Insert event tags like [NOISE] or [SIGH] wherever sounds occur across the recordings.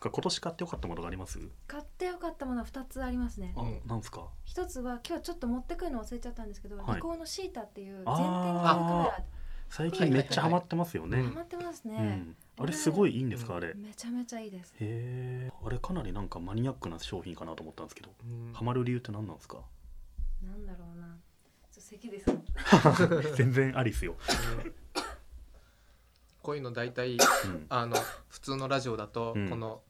か今年買ってよかったものがあります買ってよかったものは2つありますねあなんですか一つは今日ちょっと持ってくるの忘れちゃったんですけど、はいリコーのシータっていう全あ店ーカメラ最近めっちゃハマってますよね、ハマってますね、うん、あれすごいいいんですか、うんあれへめちゃめちゃいいですえあれかなりなんかマニアックな商品かなと思ったんですけどうんハマる理由って何なん [LAUGHS] ですかなんだろうなちょっと咳ですね全然ありっすよ、 [LAUGHS] こういうの大体うんあの普通のラジオだと、うんこの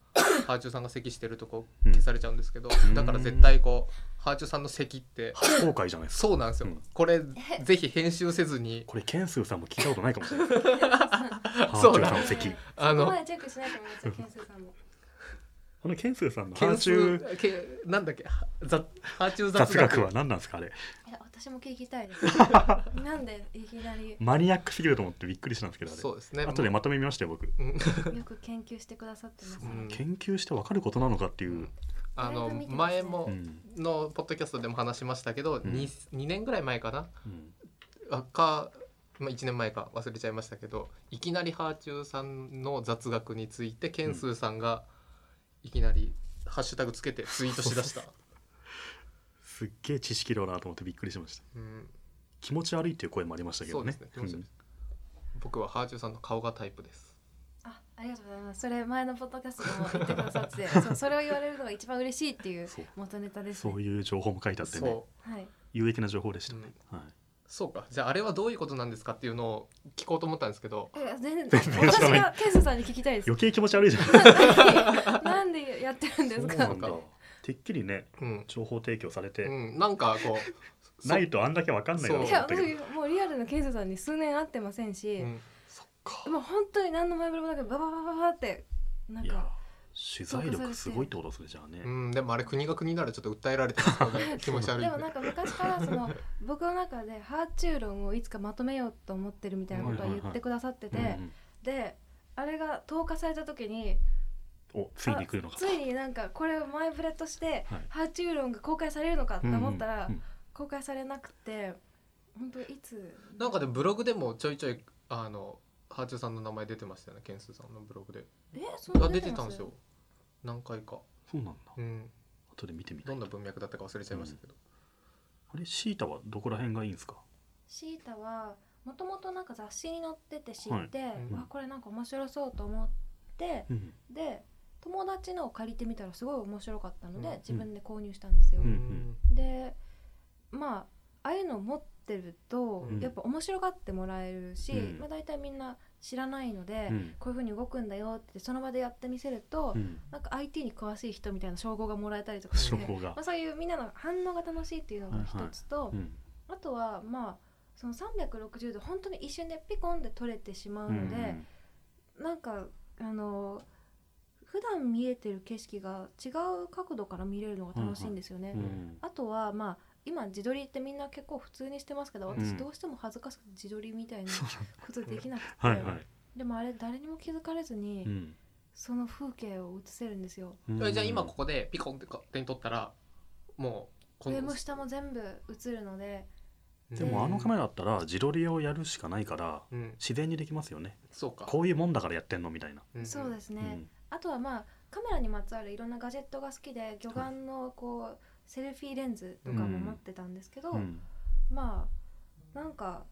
ハーチューさんが咳してるとこうん消されちゃうんですけど、んだから絶対こうハーチューさんの咳って初公開じゃないですかそうなんですよ、うんこれぜひ編集せずにこれケンスーさんも聞いたことないかもしれ [LAUGHS] ないそうハーチューださんの席あここのまでチェックしないと思いますよ研修さんもあのケンスーさんのハー件チュー数けなんだっけは雑ハーチュー雑雑学学は何なんですかあれいや私も聞きたいですなんでいきなりよマニアックすぎると思ってびっくりしたんですけどあれそうですね後でまとめ見ましたよ僕、うんく研究してくださってますうん研究して分かることなのかっていう、あだのいぶ見てますね前もうんのポッドキャストでも話しましたけど、ん二2年ぐらい前かなうんあか、まあ、1年前か忘れちゃいましたけどいきなりハーチューさんの雑学についてケンスーさんがいきなりハッシュタグつけてツイートしだした、すっげえ知識量だなと思ってびっくりしましたうん、気持ち悪いっていう声もありましたけそどうでねすね気持ち悪いです僕はハーチューさんの顔がタイプですあありがとうございますそれ前のポッドキャストでも言ってくださってそうそれを言われるのが一番嬉しいっていうそう元ネタですそねういう情報も書いてあってねそはい有益な情報でしたね、はい、うそうかじゃああれはどういうことなんですかっていうのを聞こうと思ったんですけどいや全然然知私らないがケンスさんに聞きたいです余計気持ち悪いじゃないなんでやってるんですそうかなんだてっきりねうん、情報提供されて、うん、なんかこうないとあんだけ分かんないだろうそと思いうやったけど私もうリアルのケンスさんに数年会ってませんそし、ううんもう本当に何の前触れもなくバババババってなんいやか取材力すごいってことですねじゃあね、うん、でもあれ国が国ならちょっと訴えられてますよね気持ち悪いでんもなんか昔からそ [LAUGHS] の僕の中でハーチュー論をいつかまとめようと思ってるみたいなことを言ってくださってて、うんうんであれが投下された時におついに来るのかついになんかこれを前触れとして、はいハーチュー論が公開されるのかと思ったら、うんうんうん公開されなくて本当いつなんかでもブログでもちょいちょいあのハーチューさんの名前出てましたよねケンスーさんのブログでえそんなが出出ててますたんですよ何回か、そうなんだうん、後で見てみたどいんな文脈だったか忘れちゃいましたけど、あれシータはどこら辺がいいんですかシータはもともとなんか雑誌に載ってて知って、うんあこれなんか面白そうと思ってうんで友達のを借りてみたらすごい面白かったので、うん自分で購入したんですよ、うんでまあああいうのを持ってると、うんやっぱ面白がってもらえるし、うんまあ、大体みんな知らないので、うんこういうふうに動くんだよってその場でやってみせると、うんなんか IT に詳しい人みたいな称号がもらえたりとかして、証ま拠があ、そういうみんなの反応が楽しいっていうのが一つと、うんあとはまあその360度本当に一瞬でピコンで取れてしまうので、うんなんかあの普段見えてる景色が違う角度から見れるのが楽しいんですよね。うんあとはまあ今自撮りってみんな結構普通にしてますけどうん私どうしても恥ずかしくて自撮りみたいなそうことできなくて、なんだはいはいでもあれ誰にも気づかれずに、うんその風景を写せるんですようんえじゃあ今ここでピコンって勝手に取ったらもうこの上も下も全部写るのででもあのカメラ、ラだったら自撮りをやるしかないからうん、自然にできますよねそうかこういうもんだからやってんのみたいな、んそうですうね、んあとはまあカメラにまつわるいろんなガジェットが好きで魚眼のこうセルフィーレンズとかも持ってたんですけど、うんまあなんか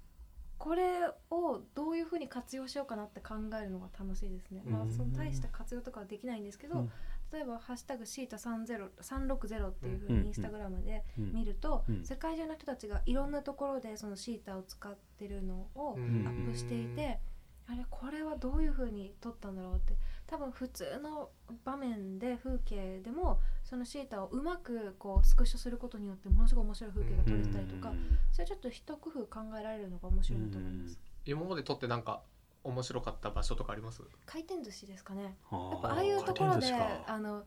これをどういうふうに活用しようかなって考えるのが楽しいですね。まあうんその大した活用とかはできないんですけど、うん例えばハッシュタグシータ三ゼロ三六ゼロっていうふううんにインスタグラムでうん見ると、うん世界中の人たちがいろんなところでそのシータを使ってるのをうんアップしていて、あれこれはどういうふうに撮ったんだろうって多分普通の場面で風景でもそのシータをうまくこうスクショすることによってものすごい面白い風景が撮れたりとか、うんそれちょっと一工夫考えられるのが面白いなと思います。今まで撮ってなんか面白かった場所とかあります回転寿司ですかね。あやっぱああいうところ回転寿で司かあのはい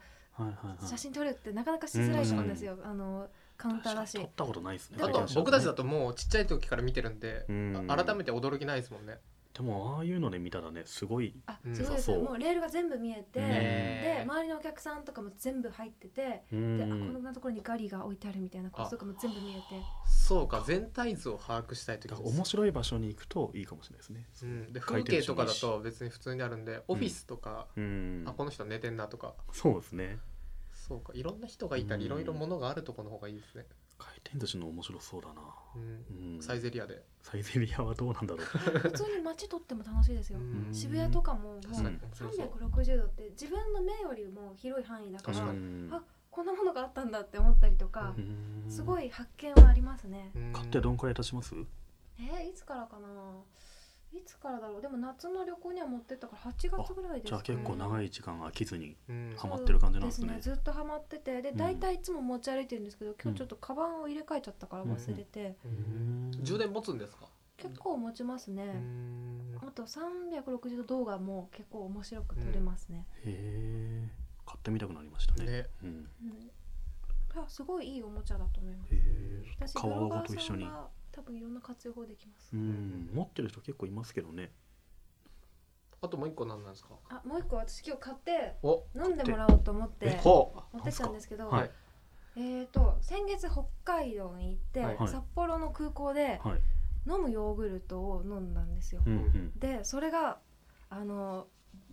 はいはい写真撮るってなかなかしづらいと思うんですよ。あのカウンターだ確しかに撮。ったことないですねあ回と転寿司はね僕たちだともうちっちゃい時から見てるんで、うんあ改めて驚きないですもんねでもああいうので見たらねすごいあう、んそうです。そうもうレールが全部見えて、うんではい周りのお客さんとかも全部入っててうであこんんなところにガリが置いてあるみたいなこととかも全部見えてそうか全体像を把握したい時だでかすら面白い場所に行くといいかもしれないですね。うん、で回風転景寿司とかだと別に普通にあるんでオフィスとか、うんあ、この人寝てんなとかそうですね。そうかいろんな人がいたりうんいろいろものがあるとこの方がいいですね、回転寿司の面白そうだな。うんうん、サイゼリアで、サイゼリアはどうなんだろう。普通に街撮っても楽しいですようん渋谷とかももう確かに面白そう360度って自分の目よりも広い範囲だから確かにうんあこんなものがあったんだって思ったりとかううんすごい発見はありますねうん買ってどんくらい経ちます？えーいつからかないつからだろうでも夏の旅行には持ってったから8月ぐらいですじゃあ結構い長い時間飽きずに。うんハマってる感じなんですねずっとハマっててでうん大体いつも持ち歩いてるんですけど、う今ん日ちょっとカバンを入れ替えちゃったから忘れて、うん充電持つんですか、結構持ちますね、うんあと360度動画も結構面白く撮れますね、へえ。買ってみたくなりましたね。ねうん。うんあすごいいいおもちゃだと思いますへえ。私皮ブロガごとー一さ緒んに。が多分いろんな活用法できます、うん。持ってる人結構いますけどね。あともう一個何なんですかあもう一個私今日買ってお飲んでもらおうと思ってほ持ってきたんですけど、はいえー、と先月北海道に行って、はいはい札幌の空港ではい。飲むヨーグルトを飲んだんですよ、うんうん。でそれがあの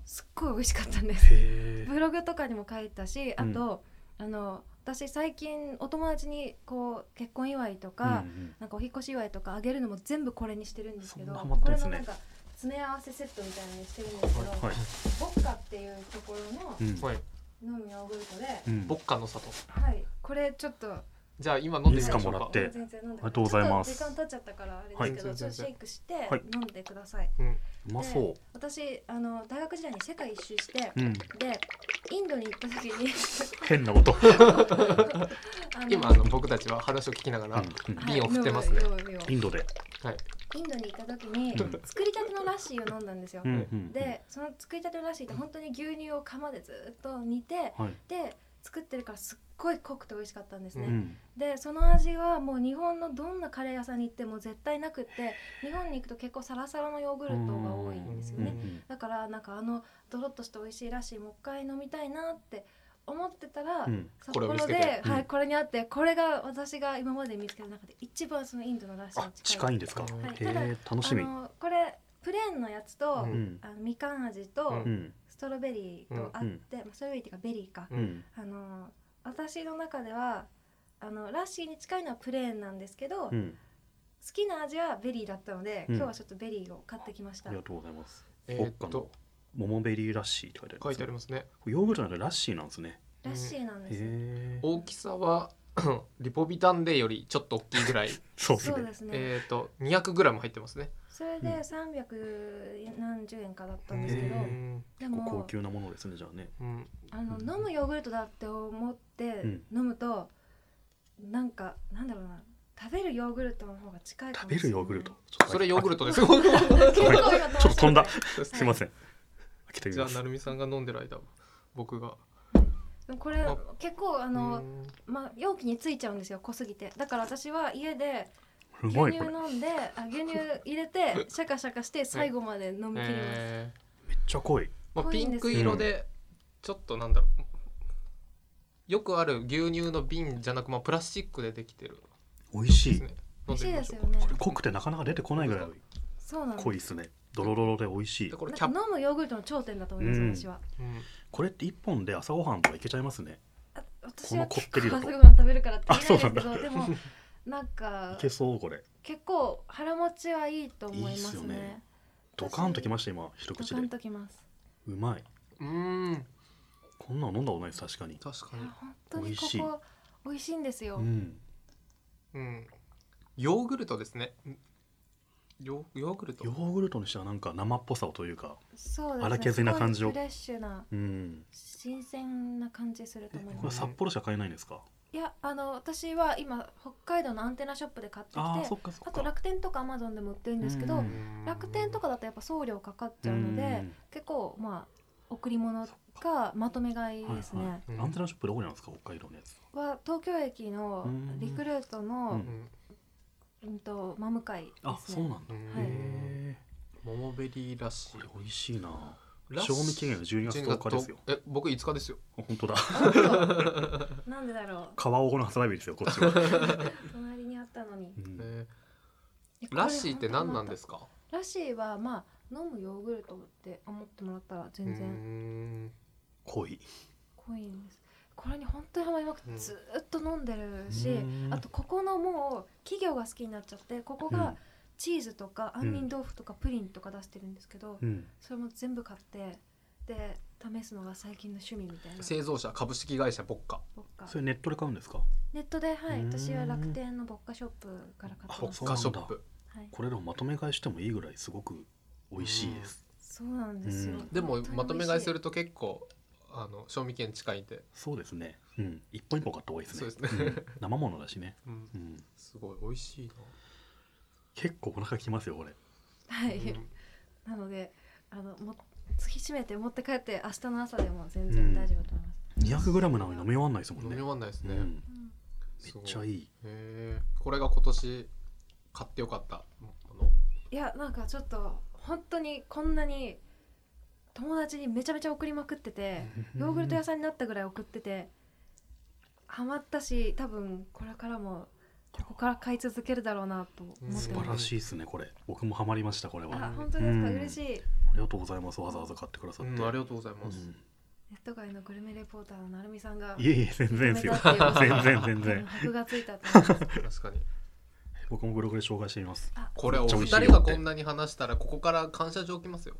すっごい美味しかったんですへえ。ブログとかにも書いたしあと、あの私最近お友達にこう結婚祝いとか、うんなんかお引っ越し祝いとかあげるのも全部これにしてるんですけそんどなハマってんこれですのねなんか詰め合わせセットみたいなのにしてるんですけど、うんはい。ボッカっていうとこうろん。はいの飲むヨーグルトで、うんボッカの里はいこれちょっとじゃあ今飲んでみましいょいですかもうらかって全然飲んありでがとうございますちょっと時間経っちゃったからあれですけど、はいちょっとシェイクしてはい飲んでください、うんうまそう。私あの大学時代に世界一周して、うん。でインドに行った時 [LAUGHS] に [LAUGHS] 変な音。あ今あの僕たちは話を聞きながら、うんうんはい瓶を振ってますね飲む飲む飲むインドで。はいインドに行った時にうん作りたてのラッシーを飲んだんですよ、うんうん。でその作りたてのラッシーって本当に牛乳を釜でずっと煮てはい。で作ってるからすっごい濃くて美味しかったんですね、うん。でその味はもう日本のどんなカレー屋さんに行っても絶対なくって日本に行くと結構サラサラのヨーグルトが多いんですようんうねんだからなんかあのドロッとして美味しいらしいもう一回飲みたいなって思ってたら、うん。札これを幌見つけてで、うんはい、これにあってこれが私が今まで見つけた中で一番そのインドのラッシーあに、近い近いんですか。はいへえ、楽しみあ。のこれプレーンのやつと、うんうん。あのみかん味と、ううん。ストロベリーとあって、まあ、ストロベリーっていうかベリーか、うん。あの私の中ではあのラッシーに近いのはプレーンなんですけど、う好ん。きな味はベリーだったので、うん今日はちょっとベリーを買ってきましあた、りがとうございます。えボーッカのっと桃ベリーラッシーって書いてあります、ね。書いてありますねこれヨーグルトなんかラッシーなんですね。ラッシーなんですよ、へえ。大きさは [COUGHS] リポビタンデよりちょっと大きい [LAUGHS] ぐらいそうですそうねで。すね、えーっと 200g 入ってますねそれでうん300何十円かだったうんですけど、んで結構高も級なものですねじゃあね。うんあうのん飲むヨーグルトだって思ってうん飲むと、なんかなんだろうな食べるヨーグルトの方が近いか食もべしれないるヨーグルト。ちょっとそれヨーグルトです結構今ちょっと飛んだ。い [LAUGHS] すいません。開けてみじゃまあすな。るみさんが飲んでる間僕がでもこれあ結構あうの、んまあ、容器についちゃうんですよ濃すぎてだから私は家でう牛ま乳いこれ。めっ飲んであ牛乳入 [LAUGHS] れてシャカシャカして最後まで飲み切ります、えちゃ濃い。ーまあ、濃いピんでンすよク色でちょっとなんだろうよくある牛乳の瓶じゃなく、まあ、プラスチックでできてる美味しでい。すこね美味しいですょうよかねれ濃くてなかなか出てこないぐらいそうなんです濃いですね。ドロドロで美味しいで。これなんキかャ飲ップ、むヨーグルトの頂点だと思います、うん私はうんこれって一本で朝ごはんとかいけちゃいますね。あ私はこのこ結ってりだ構と朝ごはん食べるからって言えないですけあどでもなんか [LAUGHS] いけそうこれ。結構腹持ちはいいと思いいいっますすよねね。ドカンときました今一ド口カンで。ときます。うまい。うーんこんなの飲んだことないです確かに。確かいにや、本当にここ美味しいんですよ。うん。うん、ヨーグルトですねんヨーヨーグルトヨーグルトにしてはなんか生っぽさをというか。そうですね。荒削りな感じをすごいフレッシュなうん。新鮮な感じするとえ思いこれます。札幌しか買えないんですか。いやあの私は今北海道のアンテナショップで買ってきて、あああそっかそっか。と楽天とかアマゾンでも売ってるんですけうどん、楽天とかかだとやっぱ送料かかっちゃうので、結構まあ贈り物そっかまとめ買いうんですね。はいはいアンテナショップどこにあるんですか北海道のやつ。は東京駅のうんリクルートうのん、うん、と真向かいですね。あそうなんだ。うんはいへえ。桃ベリーらしいこれ美味しいな。ラッシ賞ュ味期限が12月10日ですよえ僕5日ですよあ本当だなんでだろカワオの発売日ですよこっちは、 [LAUGHS] う隣にあったのにうんえーラッシーって何なんですかかラッシーはまあ飲むヨーグルトって思ってもらったらうー全然ん濃い濃いんですこれに本当にハマりまくってうんずーっと飲んでるし、うんあとここのもう企業が好きになっちゃってここうがんチーズとかん杏仁豆腐とかプリンとか出してるんですけど、うんそれも全部買ってで試すのが最近の趣味みたいな製造者株式会社ボッカボッカそれネットで買うんですかネットではういーん私は楽天のボッカショップから買ってボますそッうなんカだショップはい、これらをまとめ買いしてもいいぐらいすごく美味しいですそうなんですようんでも本当に美味しまとめ買いすると結構あの賞味期限近いんで、そうですねうん一本一本買った方がいいですねそうですねん生ものだしね、うんうん、すごい美味しいな結構お腹きますよこれはい、うんなのであのも突き締めて持って帰って明日の朝でも全然大丈夫だと思います、 200g なのに飲み終わんないですもん飲ねみ終わんないですね、うん、うんめすっごちゃいいへーこれが今年買ってよかったものいやなんかちょっと本当にこんなに友達にめちゃめちゃ送りまくってて、ヨーグルト屋さんになったぐらい送っててハマったし多分これからもここから買い続けるだろうなと思ってます素晴らしいですねこれ僕もハマりましたこれはああ本当ですか、うん嬉しいりがとうございますわざわざ買ってくださって、うんありがとうございます、うんネット外のグルメレポーターのなるみさんがいえいえ全然ですよ認めたっていう全然 [LAUGHS] 全あの然箔がついたと思います確かに僕もブログで紹介してみますあこれお二めっちゃ美味しいよ人がってこんなに話したらここから感謝状来ますよ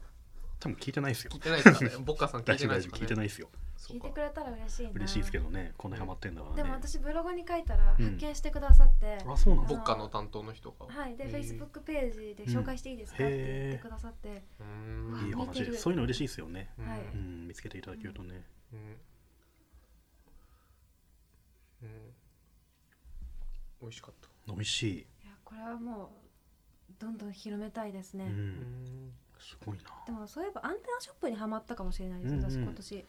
多分聞いてないですよ聞いてないです [LAUGHS] かねボッカさん聞い大て丈夫な大いです丈か夫聞ねいてないですよそ聞ういかてくれたら嬉しいな嬉しいですけどねこんなにハマってんだからねでも私ブログに書いたらうん発見してくださって、あそうなんボだッカの担当の人がはいでへー Facebook ページで紹介していいですかって言ってくださって、うーあんいい話見てでるすそういうの嬉しいですよねうんはいうん見つけていただけるとねうんうん美味しかった飲みしいいやこれはもうどんどん広めたいですね、うんうんすごいなでもそういえばアンテナショップにはまったかもしれないです、うんうん私今年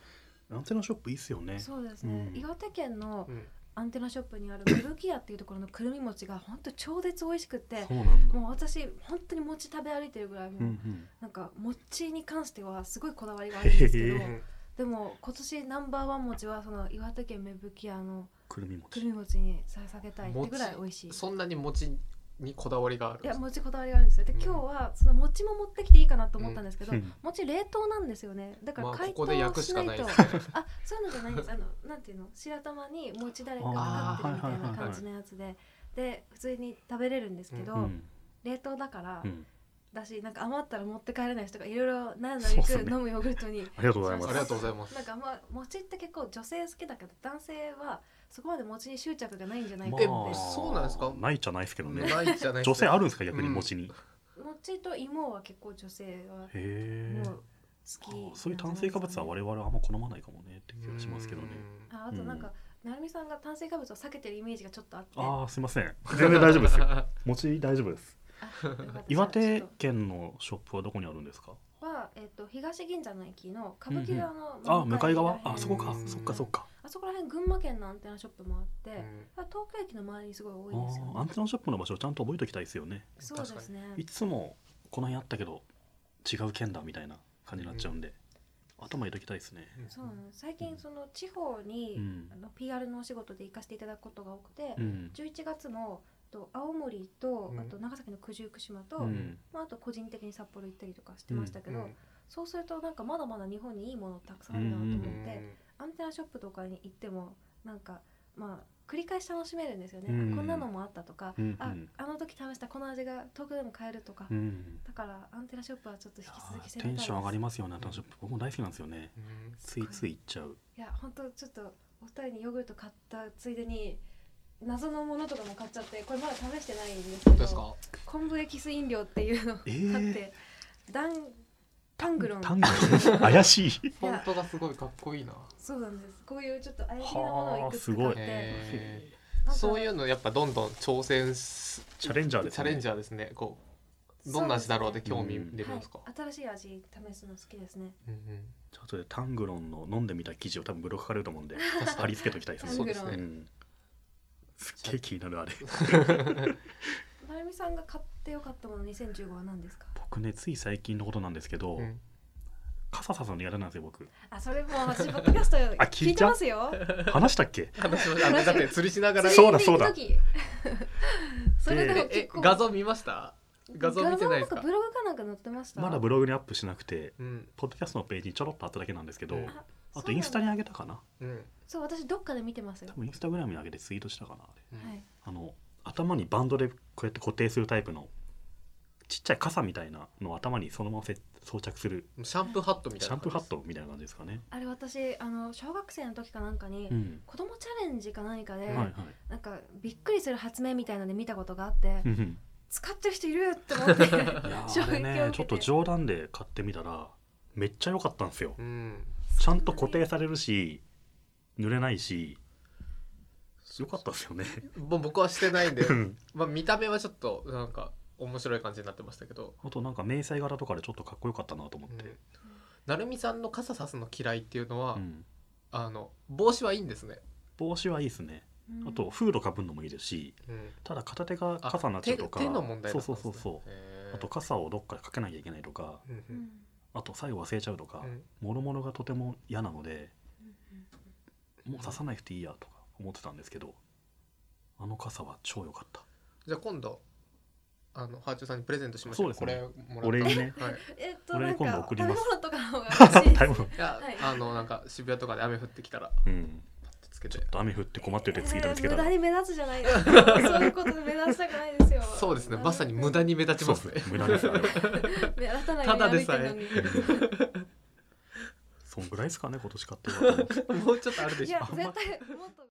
アンテナショップいいっすよねそうですね、うん岩手県のうんアンテナショップにあるブルキアっていうところのくるみ餅が本当超絶美味しくってそうなんだもう私本当に餅食べ歩いてるぐらいもう、うんうんなんか餅に関してはすごいこだわりがあるんですけど、へーでも今年ナンバーワン餅はその岩手県芽吹屋のくるみく餅るみ餅に捧げたいってぐらい美味しいそんなに餅にこだわりがあるいや餅こだわりがあるんですよでうん今日はその餅も持ってきていいかなと思ったんですけど、うん餅冷凍なんですよねだからまあ解ここで焼凍くししなかいないと、ですあそういうのじゃないんですあのなんていうの白玉に餅だれがかかってるみたいな感じのやつでで普通に食べれるんですけど、うん冷凍だから、うんだしなんか余ったら持って帰れない人がいろいろ悩んだりくそうっすね飲むヨーグルトにありがとうございあまりがすとうございますなんかまあ餅って結構女性好きだけど男性はそこまで餅に執着がないんじゃないかって、まあそうなんですかないじゃないですけどねないじゃないですか女性あるんですか逆にうん餅に餅と芋は結構女性はへもえう好きそういう炭水化物は我々はあんま好まないかもねって気がしますけどねうんああとなんか、なるみさんが炭水化物を避けてるイメージがちょっとあってああすいません全然大丈夫ですよ [LAUGHS] 餅大丈夫ですあよかった [LAUGHS] 岩じゃあち手ょっ県のショップはどこにあるんですかとは、えっと東銀座の駅の歌舞伎座のあ向かい側らへんあそこかうんそっかそっかあそこら辺群馬県のアンテナショップもあって、うんあ東京駅の周りにすごいあ多いですよーアンねテナショップの場所をちゃんと覚えておきたいですよねそうですねいつもこの辺あったけど違う県だみたいな感じになっちゃうんで頭入れときたいですねそうなの最近その地方に、うんあの PR のお仕事で行かせていただくことが多くて、うん11月もと青森と、うんあと長崎の九十九島と、うんまあ、あと個人的に札幌行ったりとかしてましたけど、うんそうするとなんかまだまだ日本にいいものたくさんあるなと思って、アンテナショップとかに行ってもなんかまあ繰り返し楽しめるんですよね、うんあこんなのもあったとか、うんああの時試したこの味が東京でも買えるとか、うんだからアンテナショップはちょっと引き続き攻めたテいンですション上がりますよねアンテナショップ僕も大好きなんですよねうんついつい行っちゃういや本当ちょっとお二人にヨーグルト買ったついでに謎のものとかも買っちゃってこれまだ試してないんですけどうどですか昆布エキス飲料っていうのをえ買ーって、ダンタングロン単語怪しいフォントがすごいかっこいいなそうなんですこういうちょっと怪しげなものをいくつかはあすご買っいてへなんかそういうのやっぱどんどん挑戦すチャレンジャーですチャねレンジャーですねこうどんな味だろうって興味出るんですかはい、新しい味試すの好きですねうんちょっとでタングロンの飲んでみた記事を多分ブログ書かれると思 [LAUGHS] うんで貼り付けときたいですねタングロンうんすっげえ気になるあれなるみさんが買ってよかったもの2015は何ですか僕ねつい最近のことなんですけど、うん笠佐さん苦手なんですよ僕あそれも私ポッドキャスト [LAUGHS] 聞いてますよ話したっけ話しましたあだって釣りしながらそうだそうだ釣りに行く時 [LAUGHS] それでもえ結構画像見ました画像見てないです画像んかブログかなんか載ってましたまだブログにアップしなくてうんポッドキャストのページにちょろっとあっただけなんですけど、うんあとインスタにそうなんだ上げたかなうんそう私どっかで見てますよ多分インスタグラムに上げてツイートしたかなあれうんはいあの頭にバンドでこうやって固定するタイプのちっちゃい傘みたいなのを頭にそのまませ装着するシャンプーハットみたシャいなンプーハットみたいな感じですかね。あれ私あの小学生の時かなんかに、うん子供チャレンジか何かで、はいはいなんかびっくりする発明みたいなので見たことがあってうん使ってる人いるって思ってうんいやー衝撃あれを受けねてちょっと冗談で買ってみたらめっちゃ良かったんですようん [LAUGHS] ちゃんと固定されるし濡れないし良かったですよねぼ僕はしてないんで [LAUGHS] うんまあ見た目はちょっとなんか面白い感じになってましたけど [LAUGHS] あとなんか迷彩柄とかでちょっとかっこよかったなと思って、なるみさんの傘さすの嫌いっていうのは、うんあの帽子はいいんですね、帽子はいいですねうんあとフードかぶるのもいいですしうんただ片手があ傘になっちゃうとか手手の問題だったそんです、うね、そうそうそうへーあと傘をどっかでかけなきゃいけないとかうんううんんあと最後忘れちゃうとかうんもろもろがとても嫌なのでうんもう刺さなくていいやとか思ってたんですけどあの傘は超良かったじゃあ今度あのハーチューさんにプレゼントしましょうそうですねこれもらった俺にねはい、えっと俺なん今度か送食りべます物とか [LAUGHS] の方が欲しいタイムいや、はいあのなんか渋谷とかで雨降ってきたらうんパッとつけてちょっと雨降って困っててツイート見つけたえー無ら駄に目立つじゃないですかそういうことで目立ちたくない [LAUGHS] ですよそうですねまさに無駄に目立ちそうまですすね [LAUGHS] ね無駄ですあれは目立たないただでさえように歩いてるのにそんぐらいですかね今年買ってよかったのもうちょっとあるでいしょや絶対もっと